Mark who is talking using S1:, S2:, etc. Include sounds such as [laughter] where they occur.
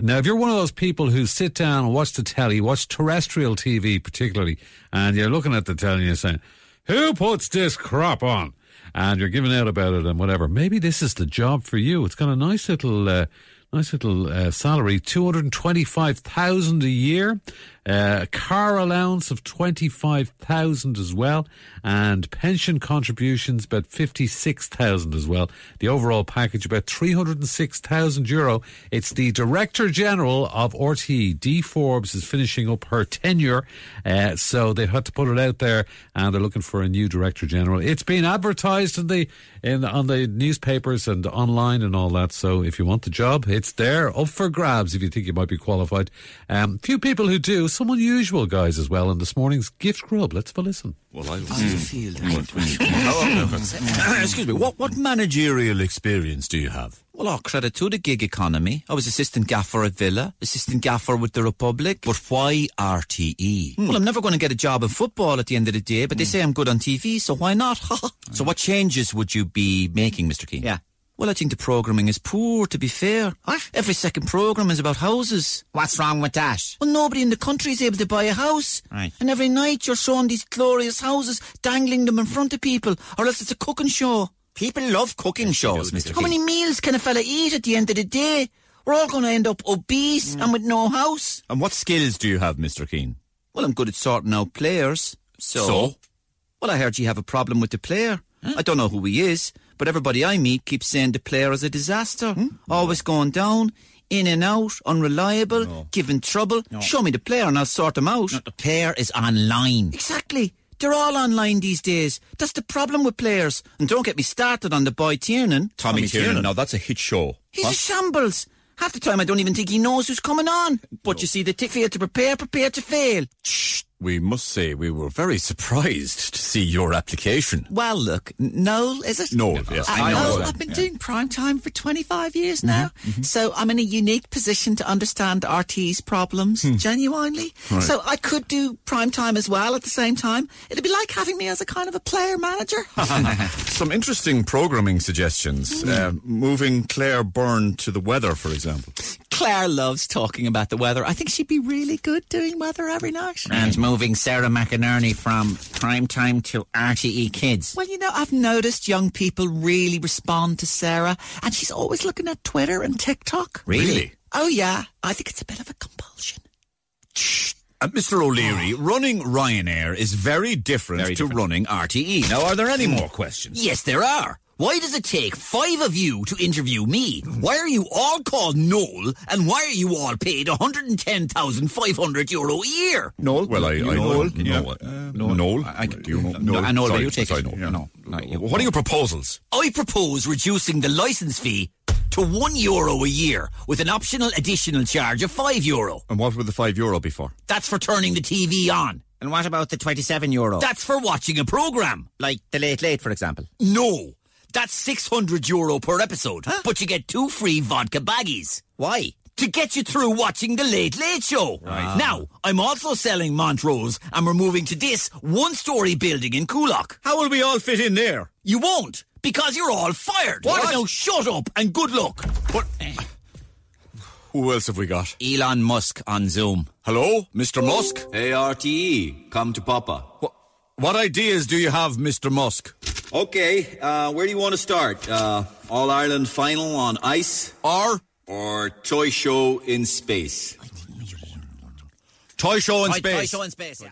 S1: Now, if you're one of those people who sit down and watch the telly, watch terrestrial TV particularly, and you're looking at the telly and you're saying, who puts this crap on? And you're giving out about it and whatever. Maybe this is the job for you. It's got a nice little, uh, nice little uh, salary, two hundred and twenty-five thousand a year, uh, a car allowance of twenty-five thousand as well, and pension contributions about fifty-six thousand as well. The overall package about three hundred and six thousand euro. It's the director general of RTE, D Forbes, is finishing up her tenure, uh, so they had to put it out there, and they're looking for a new director general. It's been advertised in the in on the newspapers and online and all that. So if you want the job, it's there up for grabs. If you think you might be qualified, um, few people who do. Some unusual guys as well. In this morning's gift grub, let's have a listen.
S2: Well, I
S3: Feel that.
S2: Excuse me. What what managerial experience do you have?
S3: Well, all credit to the gig economy. I was assistant gaffer at Villa, assistant gaffer with the Republic. But why RTE?
S2: Hmm.
S3: Well, I'm never going to get a job in football at the end of the day, but they say I'm good on TV, so why not? [laughs] so, what changes would you be making, Mr. Keane?
S4: Yeah.
S3: Well, I think the programming is poor, to be fair. Ah,
S4: What?
S3: Every second programme is about houses.
S4: What's wrong with that?
S3: Well, nobody in the country is able to buy a house.
S4: Right.
S3: And every night you're showing these glorious houses, dangling them in front of people, or else it's a cooking show.
S4: People love cooking shows, Mr.
S3: How many meals can a fella eat at the end of the day? We're all going to end up obese
S4: Mm.
S3: and with no house.
S2: And what skills do you have, Mr. Keane?
S3: Well, I'm good at sorting out players. So?
S2: So?
S3: Well, I heard you have a problem with the player. I don't know who he is, but everybody I meet keeps saying the player is a disaster.
S4: Hmm?
S3: Always going down, in and out, unreliable, giving trouble. Show me the player and I'll sort him out.
S4: The pair is online.
S3: Exactly. They're all online these days. That's the problem with players. And don't get me started on the boy Tiernan.
S2: Tommy, Tiernan. Now that's a hit show.
S3: He's a shambles. Half the time, I don't even think he knows who's coming on. But you see, the tick fail to prepare, prepare to fail.
S2: We must say we were very surprised to see your application.
S3: Well, look, Noel, is it?
S2: Noel, Mm-hmm, yes,
S3: I,
S2: I know
S3: Noel,
S2: that,
S3: I've been doing prime time for 25 years now, so I'm in a unique position to understand RT's problems
S2: Hmm.
S3: genuinely. So I could do prime time as well at the same time. It'd be like having me as a kind of a player
S2: [laughs]
S3: manager.
S2: Some interesting programming suggestions. Uh, moving Claire Byrne to the weather, for example.
S3: Claire loves talking about the weather. I think she'd be really good doing weather every night.
S4: And moving Sarah McInerney from prime time to RTE Kids.
S3: Well, you know, I've noticed young people really respond to Sarah, and she's always looking at Twitter and TikTok.
S2: Really?
S3: Oh, yeah. I think it's a bit of a compulsion.
S2: Uh, Mr. O'Leary, running Ryanair is very different, to running RTE. Now, are there any more questions?
S4: E. Yes, there are. Why does it take five of you to interview me? Why are you all called Noel and why are you all paid 110,500 euro a year?
S2: Noel? Well, I, I
S5: Noel? Yeah.
S2: Noel. Noel. Noel. I, do you know? Noel.
S4: I know, but
S2: Sorry,
S4: you take
S2: sorry,
S4: it.
S2: Noel.
S4: Yeah. No, not you.
S2: What are your proposals?
S4: I propose reducing the licence fee to 1 euro a year with an optional additional charge of 5 euro.
S2: And what would the five euro be for?
S4: That's for turning the TV on.
S3: And what about the 27 euro?
S4: That's for watching a programme.
S3: like the Late Late, for example.
S4: No, that's 600 euro per episode, but you get two free vodka baggies.
S3: Why?
S4: To get you through watching the Late Late Show. Now, I'm also selling Montrose and we're moving to this one story building in Coolock.
S2: How will we all fit in there?
S4: You won't, because you're all fired.
S2: What?
S4: Now, shut up and good luck.
S2: What? Who else have we got?
S4: Elon Musk on Zoom.
S2: Hello, Mr. Oh, Musk.
S6: ARTE, E, come to Papa.
S2: What, what ideas do you have, Mr. Musk?
S6: Okay, uh, where do you want to start? Uh, All Ireland final on ice
S2: Or
S6: or toy show in space?
S2: toy show
S4: Toy-
S2: in
S4: toy
S2: space?
S4: show in space, yeah.